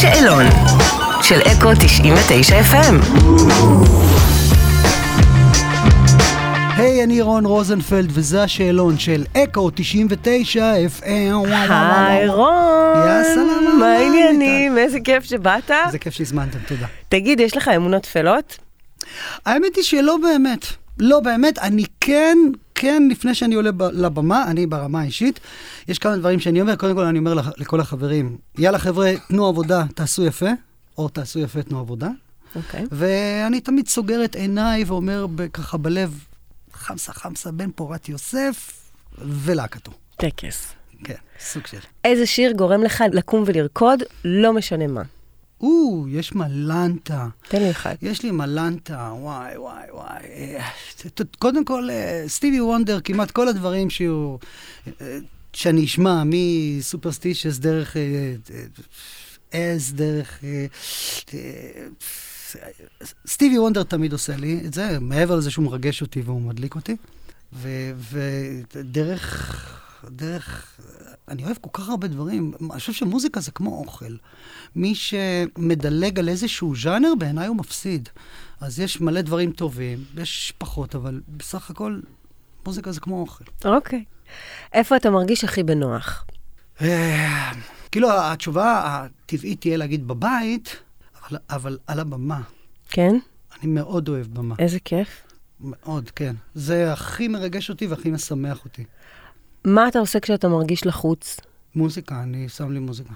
שאלון של אקו 99 FM. היי, אני רון רוזנפלד, וזה השאלון של אקו 99 FM. היי רון! יא סלאם, מה אהלן, העניינים? איזה כיף שבאת. איזה כיף שהזמנתם, תודה. תגיד, יש לך אמונות טפלות? האמת היא שלא באמת. לא באמת, אני כן, כן, לפני שאני עולה ב- לבמה, אני ברמה האישית, יש כמה דברים שאני אומר. קודם כל, אני אומר לח- לכל החברים, יאללה חבר'ה, תנו עבודה, תעשו יפה, או תעשו יפה, תנו עבודה. אוקיי. ואני תמיד סוגר את עיניי ואומר ב- ככה בלב, חמסה חמסה בן פורת יוסף ולהקתו. טקס. כן, סוג של. איזה שיר גורם לך לקום ולרקוד? לא משנה מה. או, יש מלנטה. תן לי אחד. יש לי מלנטה, וואי, וואי, וואי. אה, ת- ת- קודם כל, אה, סטיבי וונדר, כמעט כל הדברים שהוא... אה, שאני אשמע, מסופרסטישס דרך אה, אה, עז, דרך... אה, אה, סטיבי וונדר תמיד עושה לי את זה, מעבר לזה שהוא מרגש אותי והוא מדליק אותי. ודרך, דרך, אני אוהב כל כך הרבה דברים. אני חושב שמוזיקה זה כמו אוכל. מי שמדלג על איזשהו ז'אנר, בעיניי הוא מפסיד. אז יש מלא דברים טובים, יש פחות, אבל בסך הכל, מוזיקה זה כמו אוכל. אוקיי. איפה אתה מרגיש הכי בנוח? אה, כאילו, התשובה הטבעית תהיה להגיד בבית, אבל, אבל על הבמה. כן? אני מאוד אוהב במה. איזה כיף. מאוד, כן. זה הכי מרגש אותי והכי משמח אותי. מה אתה עושה כשאתה מרגיש לחוץ? מוזיקה, אני שם לי מוזיקה.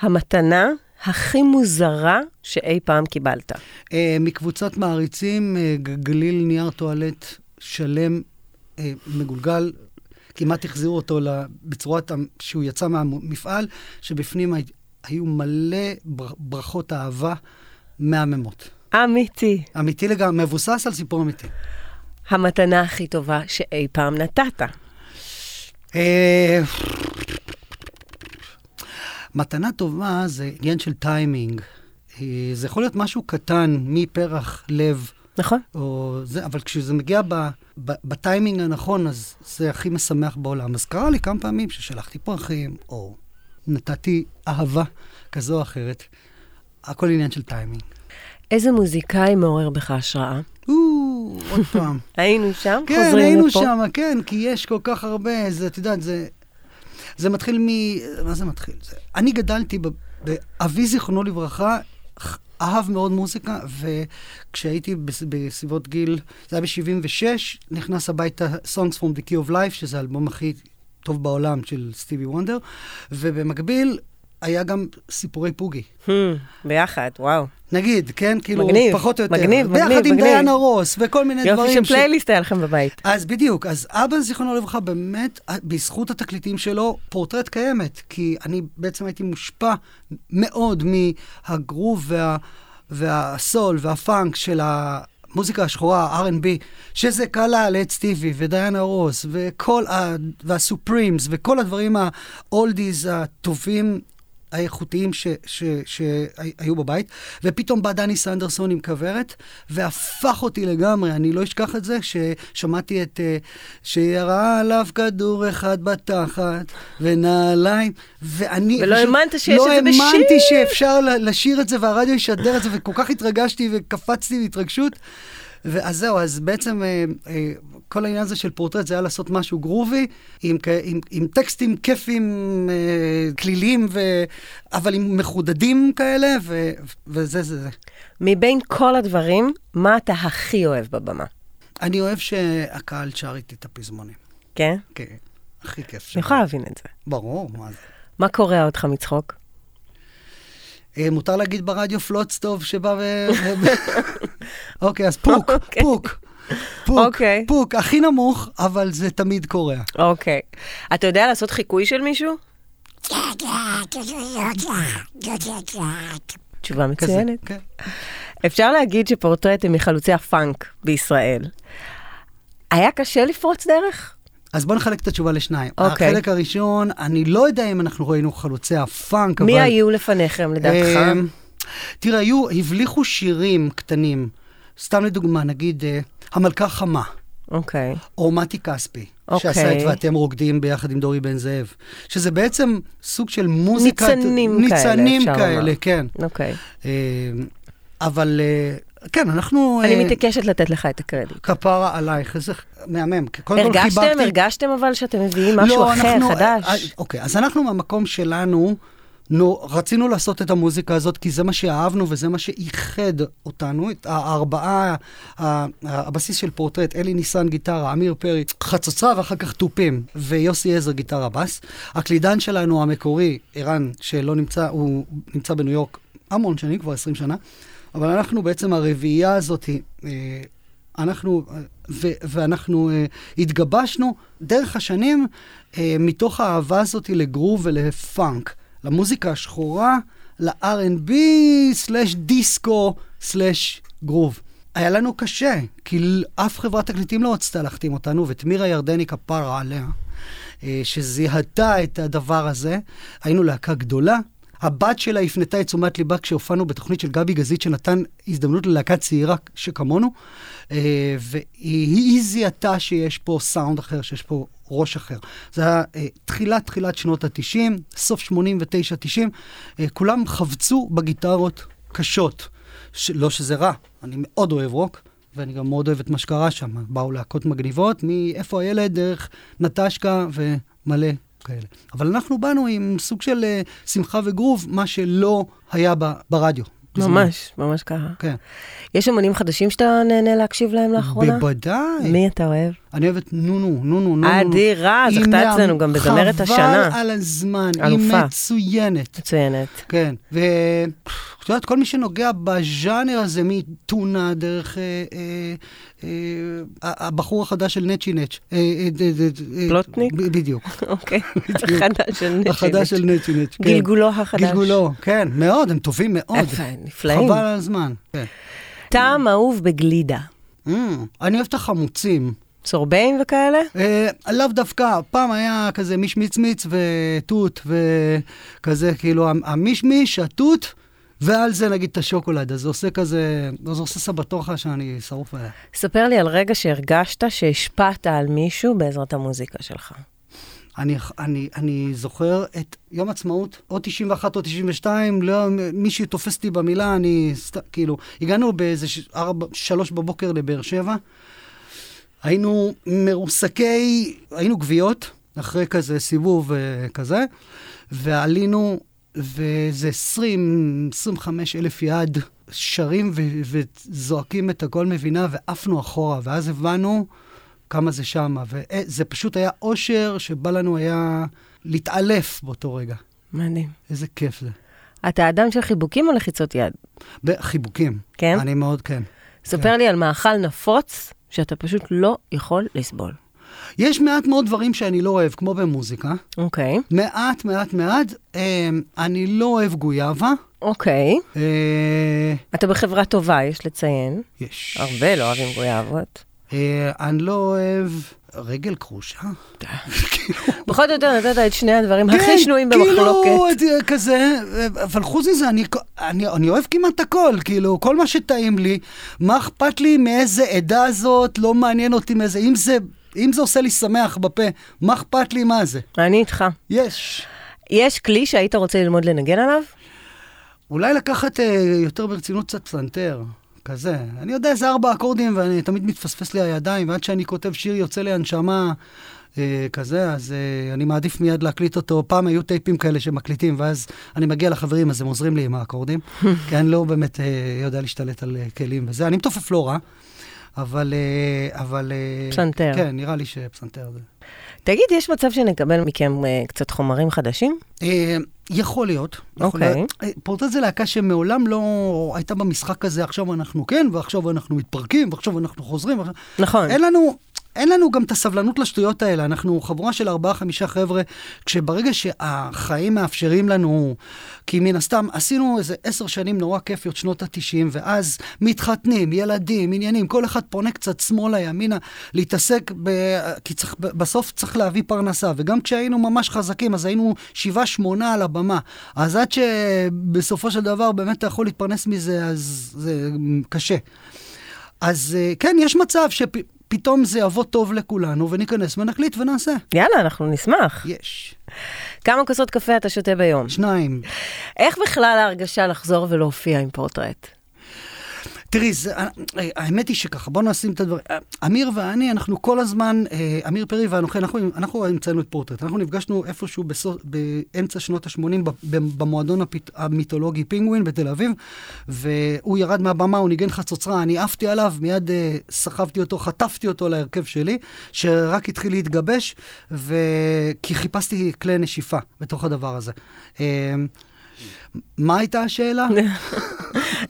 המתנה הכי מוזרה שאי פעם קיבלת. אה, מקבוצת מעריצים, אה, ג- גליל נייר טואלט שלם, אה, מגולגל, כמעט החזירו אותו ל- בצורת המ- שהוא יצא מהמפעל, שבפנים הי- היו מלא בר- ברכות אהבה מהממות. אמיתי. אמיתי לגמרי, מבוסס על סיפור אמיתי. המתנה הכי טובה שאי פעם נתת. אה, מתנה טובה זה עניין של טיימינג. אה, זה יכול להיות משהו קטן, מפרח לב. נכון? או זה, אבל כשזה מגיע ב, ב, בטיימינג הנכון, אז זה הכי משמח בעולם. אז קרה לי כמה פעמים ששלחתי פרחים, או נתתי אהבה כזו או אחרת. הכל עניין של טיימינג. איזה מוזיקאי מעורר בך השראה? או, עוד פעם. היינו שם, כן, חוזרים היינו לפה. שם, כן, כי יש כל כך הרבה, זה, את יודעת, זה... זה מתחיל מ... מה זה מתחיל? זה... אני גדלתי, ב... ב... אבי זיכרונו לברכה, ח- אהב מאוד מוזיקה, וכשהייתי בס... בסביבות גיל, זה היה ב-76, נכנס הביתה Songs from the Key of Life, שזה האלבום הכי טוב בעולם של סטיבי וונדר, ובמקביל היה גם סיפורי פוגי. Hmm, ביחד, וואו. נגיד, כן? כאילו, מגניב, פחות או יותר. מגניב, מגניב, ביחד עם מגניב. דיאנה רוס, וכל מיני יופי דברים של פלייליסט היה לכם בבית. אז בדיוק, אז אבא, זיכרונו לברכה, באמת, בזכות התקליטים שלו, פורטרט קיימת. כי אני בעצם הייתי מושפע מאוד מהגרוב וה, והסול והפאנק של המוזיקה השחורה, ה-R&B, שזה כלל את סטיבי ודיאנה רוס וכל ה... והסופרימס וכל הדברים האולדיז הטובים. האיכותיים ש- ש- שהיו בבית, ופתאום בא דני סנדרסון עם כוורת, והפך אותי לגמרי, אני לא אשכח את זה, ששמעתי את... אה, שירה עליו כדור אחד בתחת, ונעליים, ואני... ולא פשוט האמנת שיש את זה לא האמנתי בשיר. שאפשר ל- לשיר את זה, והרדיו ישדר את זה, וכל כך התרגשתי וקפצתי בהתרגשות. ואז זהו, אז בעצם אה, אה, כל העניין הזה של פורטרט זה היה לעשות משהו גרובי, עם, כ- עם, עם טקסטים כיפים, אה, כלילים, ו, אבל עם מחודדים כאלה, ו, וזה זה זה. מבין כל הדברים, מה אתה הכי אוהב בבמה? אני אוהב שהקהל שר איתי את הפזמונים. כן? כן, הכי כיף. שם. אני יכולה להבין את זה. ברור, מה זה. מה קורע אותך מצחוק? אה, מותר להגיד ברדיו פלוטסטוב שבא ו... אוקיי, אז פוק, אוקיי. פוק. פוק, אוקיי. פוק, הכי נמוך, אבל זה תמיד קורע. אוקיי. אתה יודע לעשות חיקוי של מישהו? תשובה כזה, מצוינת. כן. אפשר להגיד שפורטרט הם מחלוצי הפאנק בישראל. היה קשה לפרוץ דרך? אז בואו נחלק את התשובה לשניים. אוקיי. החלק הראשון, אני לא יודע אם אנחנו ראינו חלוצי הפאנק, אבל... מי היו לפניכם לדעתך? אמ, תראה, היו, הבליחו שירים קטנים. סתם לדוגמה, נגיד, אה, המלכה חמה. אוקיי. או מתי כספי, okay. אוקיי. שעשה את ואתם רוקדים ביחד עם דורי בן זאב, שזה בעצם סוג של מוזיקה... ניצנים כאלה, ניצנים אפשר כאלה, לומר. כן. אוקיי. אה, אבל אה, כן, אנחנו... אה, אני מתעקשת לתת לך את הקרדיט. כפרה עלייך, איזה מהמם. קודם כל הרגשתם, חיבקתי- הרגשתם אבל שאתם מביאים משהו לא, אחר, אנחנו- אה, חדש? אוקיי, אז אנחנו מהמקום שלנו, נו, רצינו לעשות את המוזיקה הזאת כי זה מה שאהבנו וזה מה שאיחד אותנו, את הארבעה, ה- הבסיס של פורטרט, אלי ניסן גיטרה, עמיר פרי חצוצרה ואחר כך תופים, ויוסי עזר גיטרה בס. הקלידן שלנו המקורי, ערן, שלא נמצא, הוא נמצא בניו יורק המון שנים, כבר 20 שנה, אבל אנחנו בעצם הרביעייה הזאת, אה, אנחנו, ו, ואנחנו אה, התגבשנו דרך השנים אה, מתוך האהבה הזאת לגרוב ולפאנק, למוזיקה השחורה, ל-R&B, סלאש דיסקו, סלאש גרוב. היה לנו קשה, כי ל- אף חברת תקליטים לא רצתה להחתים אותנו, ואת מירה ירדני כפרה עליה, אה, שזיהתה את הדבר הזה. היינו להקה גדולה. הבת שלה הפנתה את תשומת ליבה כשהופענו בתוכנית של גבי גזית, שנתן הזדמנות ללהקה צעירה שכמונו, אה, והיא היא זיהתה שיש פה סאונד אחר, שיש פה ראש אחר. זה היה אה, תחילת תחילת שנות ה-90, סוף 89-90, אה, כולם חבצו בגיטרות קשות. ש... לא שזה רע, אני מאוד אוהב רוק, ואני גם מאוד אוהב את מה שקרה שם. באו להקות מגניבות, מאיפה הילד, דרך נטשקה ומלא כאלה. אבל אנחנו באנו עם סוג של אה, שמחה וגרוב, מה שלא היה ב... ברדיו. בזמן. ממש, ממש ככה. כן. יש אמנים חדשים שאתה נהנה להקשיב להם לאחרונה? בוודאי. מי אתה אוהב? אני אוהבת נונו, נונו, נונו. נונו. אדירה, היא זכתה מה- אצלנו גם בזמרת השנה. חבל על הזמן, אלופה. היא מצוינת. מצוינת. כן, ואת יודעת, כל מי שנוגע בז'אנר הזה, מטונה, דרך אה, אה, אה, הבחור החדש של נצ'י נץ'. אה, אה, אה, אה, אה, פלוטניק? ב- בדיוק, אוקיי. החדש של נצ'י. החדש של נצ'י נץ'. כן. גלגולו החדש. גלגולו, כן, מאוד, הם טובים מאוד. יפה, נפלאים. חבל על הזמן. כן. טעם אהוב בגלידה. Mm, אני אוהב את החמוצים. סורבעים וכאלה? אה, לאו דווקא, פעם היה כזה מישמיצמיץ ותות, וכזה כאילו המ- המישמיש, התות, ועל זה נגיד את השוקולד, אז זה עושה כזה, זה עושה סבתוכה שאני שרוף עליה. ספר לי על רגע שהרגשת שהשפעת על מישהו בעזרת המוזיקה שלך. אני, אני, אני זוכר את יום עצמאות, או 91 או 92, לא, מישהי תופס אותי במילה, אני סת- כאילו, הגענו באיזה ש- ארבע, שלוש בבוקר לבאר שבע, היינו מרוסקי, היינו גוויות, אחרי כזה סיבוב אה, כזה, ועלינו, וזה 20, 25 אלף יעד שרים ו- וזועקים את הכל מבינה, ועפנו אחורה, ואז הבנו כמה זה שמה, וזה פשוט היה אושר שבא לנו היה להתעלף באותו רגע. מדהים. איזה כיף זה. אתה אדם של חיבוקים או לחיצות יד? חיבוקים. כן? אני מאוד כן. ספר לי על מאכל נפוץ שאתה פשוט לא יכול לסבול. יש מעט מאוד דברים שאני לא אוהב, כמו במוזיקה. אוקיי. מעט, מעט, מעט. אה, אני לא אוהב גויאבה. אוקיי. אה, אתה בחברה טובה, יש לציין. יש. הרבה לא אוהבים גויאבות. אה, אני לא אוהב רגל כרושה. כאילו, בכל זאת, אתה נתת את שני הדברים כן, הכי שנויים במחלוקת. כאילו, את- אה, כזה, אה, אבל חוץ מזה, אני, אני, אני אוהב כמעט הכל, כאילו, כל מה שטעים לי, מה אכפת לי מאיזה עדה זאת, לא מעניין אותי מאיזה, אם זה, אם זה עושה לי שמח בפה, מה אכפת לי מה זה? אני איתך. יש. יש כלי שהיית רוצה ללמוד לנגן עליו? אולי לקחת אה, יותר ברצינות קצת פסנתר, כזה. אני יודע איזה ארבע אקורדים ואני תמיד מתפספס לי הידיים, ועד שאני כותב שיר יוצא לי הנשמה אה, כזה, אז אה, אני מעדיף מיד להקליט אותו. פעם היו טייפים כאלה שמקליטים, ואז אני מגיע לחברים, אז הם עוזרים לי עם האקורדים, כי אני לא באמת אה, יודע להשתלט על אה, כלים וזה. אני מתופף לא רע, אבל... אה, אבל אה, פסנתר. כן, נראה לי שפסנתר זה. תגיד, יש מצב שנקבל מכם אה, קצת חומרים חדשים? אה, יכול להיות. יכול אוקיי. להיות. אה, פורטרט זה להקה שמעולם לא הייתה במשחק הזה, עכשיו אנחנו כן, ועכשיו אנחנו מתפרקים, ועכשיו אנחנו חוזרים. ועכשיו... נכון. אין לנו, אין לנו גם את הסבלנות לשטויות האלה. אנחנו חבורה של ארבעה-חמישה חבר'ה, כשברגע שהחיים מאפשרים לנו, כי מן הסתם עשינו איזה עשר שנים נורא כיפיות, שנות התשעים, ואז מתחתנים, ילדים, עניינים, כל אחד פונה קצת שמאלה, ימינה, להתעסק, ב... כי צריך, ב- בסוף צריך להביא פרנסה. וגם כשהיינו ממש חזקים, אז היינו שבעה-שמונה על הבמה. אז עד שבסופו של דבר באמת אתה יכול להתפרנס מזה, אז זה קשה. אז אה, כן, יש מצב שפ... פתאום זה יבוא טוב לכולנו, וניכנס ונקליט ונעשה. יאללה, אנחנו נשמח. יש. כמה כוסות קפה אתה שותה ביום? שניים. איך בכלל ההרגשה לחזור ולהופיע עם פורטרט? תראי, זה, אה, האמת היא שככה, בואו נשים את הדברים. אה, אמיר ואני, אנחנו כל הזמן, אה, אמיר פרי ואנוכי, אנחנו, אנחנו המצאנו את פורטרט. אנחנו נפגשנו איפשהו בסו, באמצע שנות ה-80 במועדון הפית, המיתולוגי פינגווין בתל אביב, והוא ירד מהבמה, הוא ניגן חצוצרה, אני עפתי עליו, מיד אה, סחבתי אותו, חטפתי אותו להרכב שלי, שרק התחיל להתגבש, ו... כי חיפשתי כלי נשיפה בתוך הדבר הזה. אה, מה הייתה השאלה?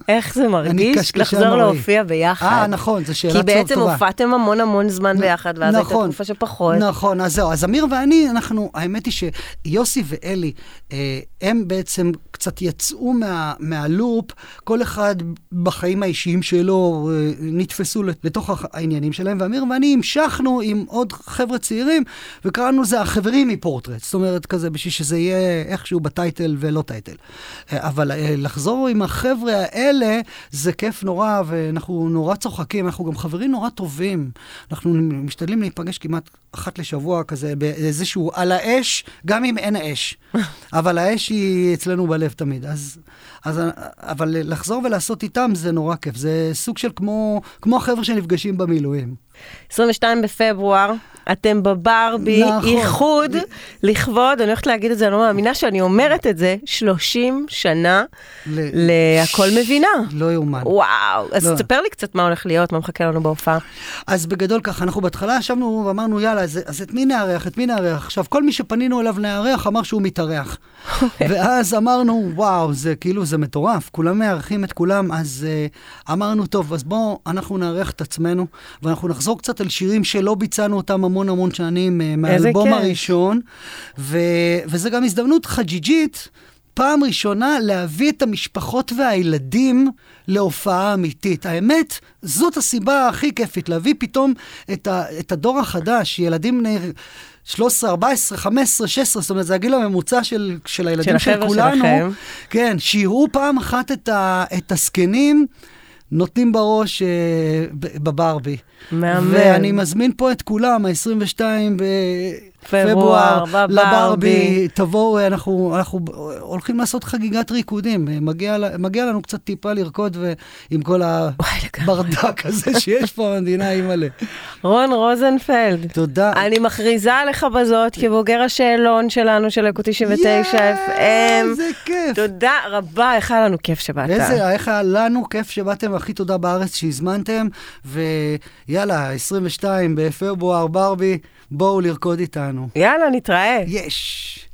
איך זה מרגיש קשקשן לחזור נוראי. להופיע ביחד? אה, נכון, זו שאלה כי טוב, טובה. בעצם הופעתם המון המון זמן ביחד, ואז הייתה נכון. תקופה שפחות. נכון, אז זהו, אז אמיר ואני, אנחנו, האמת היא שיוסי ואלי, אה, הם בעצם קצת יצאו מה, מהלופ, כל אחד בחיים האישיים שלו אה, נתפסו לתוך הח- העניינים שלהם, ואמיר ואני המשכנו עם עוד חבר'ה צעירים, וקראנו לזה החברים מפורטרט, זאת אומרת כזה, בשביל שזה יהיה איכשהו בטייטל ולא טייטל. אה, אבל אה, לחזור עם החבר'ה האלה, זה כיף נורא, ואנחנו נורא צוחקים, אנחנו גם חברים נורא טובים. אנחנו משתדלים להיפגש כמעט אחת לשבוע כזה, באיזשהו על האש, גם אם אין האש. אבל האש היא אצלנו בלב תמיד. אז, אז, אבל לחזור ולעשות איתם זה נורא כיף. זה סוג של כמו, כמו החבר'ה שנפגשים במילואים. 22 בפברואר, אתם בברבי, נכון. איחוד, לכבוד, אני הולכת להגיד את זה, אני לא מאמינה שאני אומרת את זה, 30 שנה ל- להכל מבינה. לא יאומן. וואו, אז לא. תספר לי קצת מה הולך להיות, מה מחכה לנו בהופעה. אז בגדול ככה, אנחנו בהתחלה ישבנו ואמרנו, יאללה, אז, אז את מי נארח? את מי נארח? עכשיו, כל מי שפנינו אליו לארח אמר שהוא מתארח. ואז אמרנו, וואו, זה כאילו, זה מטורף, כולם מארחים את כולם, אז uh, אמרנו, טוב, אז בואו, אנחנו נארח את עצמנו, ואנחנו נחזור קצת על שירים שלא ביצענו אותם המון המון שנים, uh, מהאלבום כיף. הראשון, ו, וזה גם הזדמנות חגיגית. פעם ראשונה להביא את המשפחות והילדים להופעה אמיתית. האמת, זאת הסיבה הכי כיפית, להביא פתאום את, ה, את הדור החדש, ילדים בני 13, 14, 15, 16, זאת אומרת, זה הגיל הממוצע של, של הילדים של, החבר'ה כולנו. שלכם. כן, שיראו פעם אחת את, ה, את הזקנים. נותנים בראש אה, ב- בברבי. מהמם. ואני מזמין פה את כולם, ה-22 בפברואר, פברואר, לברבי, בברבי. תבואו, אנחנו, אנחנו הולכים לעשות חגיגת ריקודים. מגיע, ל- מגיע לנו קצת טיפה לרקוד ו- עם כל וואי, לגמרי. הברדק הזה שיש פה במדינה, אימא'לה. רון רוזנפלד. תודה. אני מכריזה עליך בזאת כבוגר השאלון שלנו של יקו 99 יאי, FM. זה כיף. תודה רבה, איך היה לנו כיף שבאת. איזה, איך היה לנו כיף שבאתם, הכי תודה בארץ שהזמנתם, ויאללה, 22 בפברואר, ברבי, בואו לרקוד איתנו. יאללה, נתראה. יש.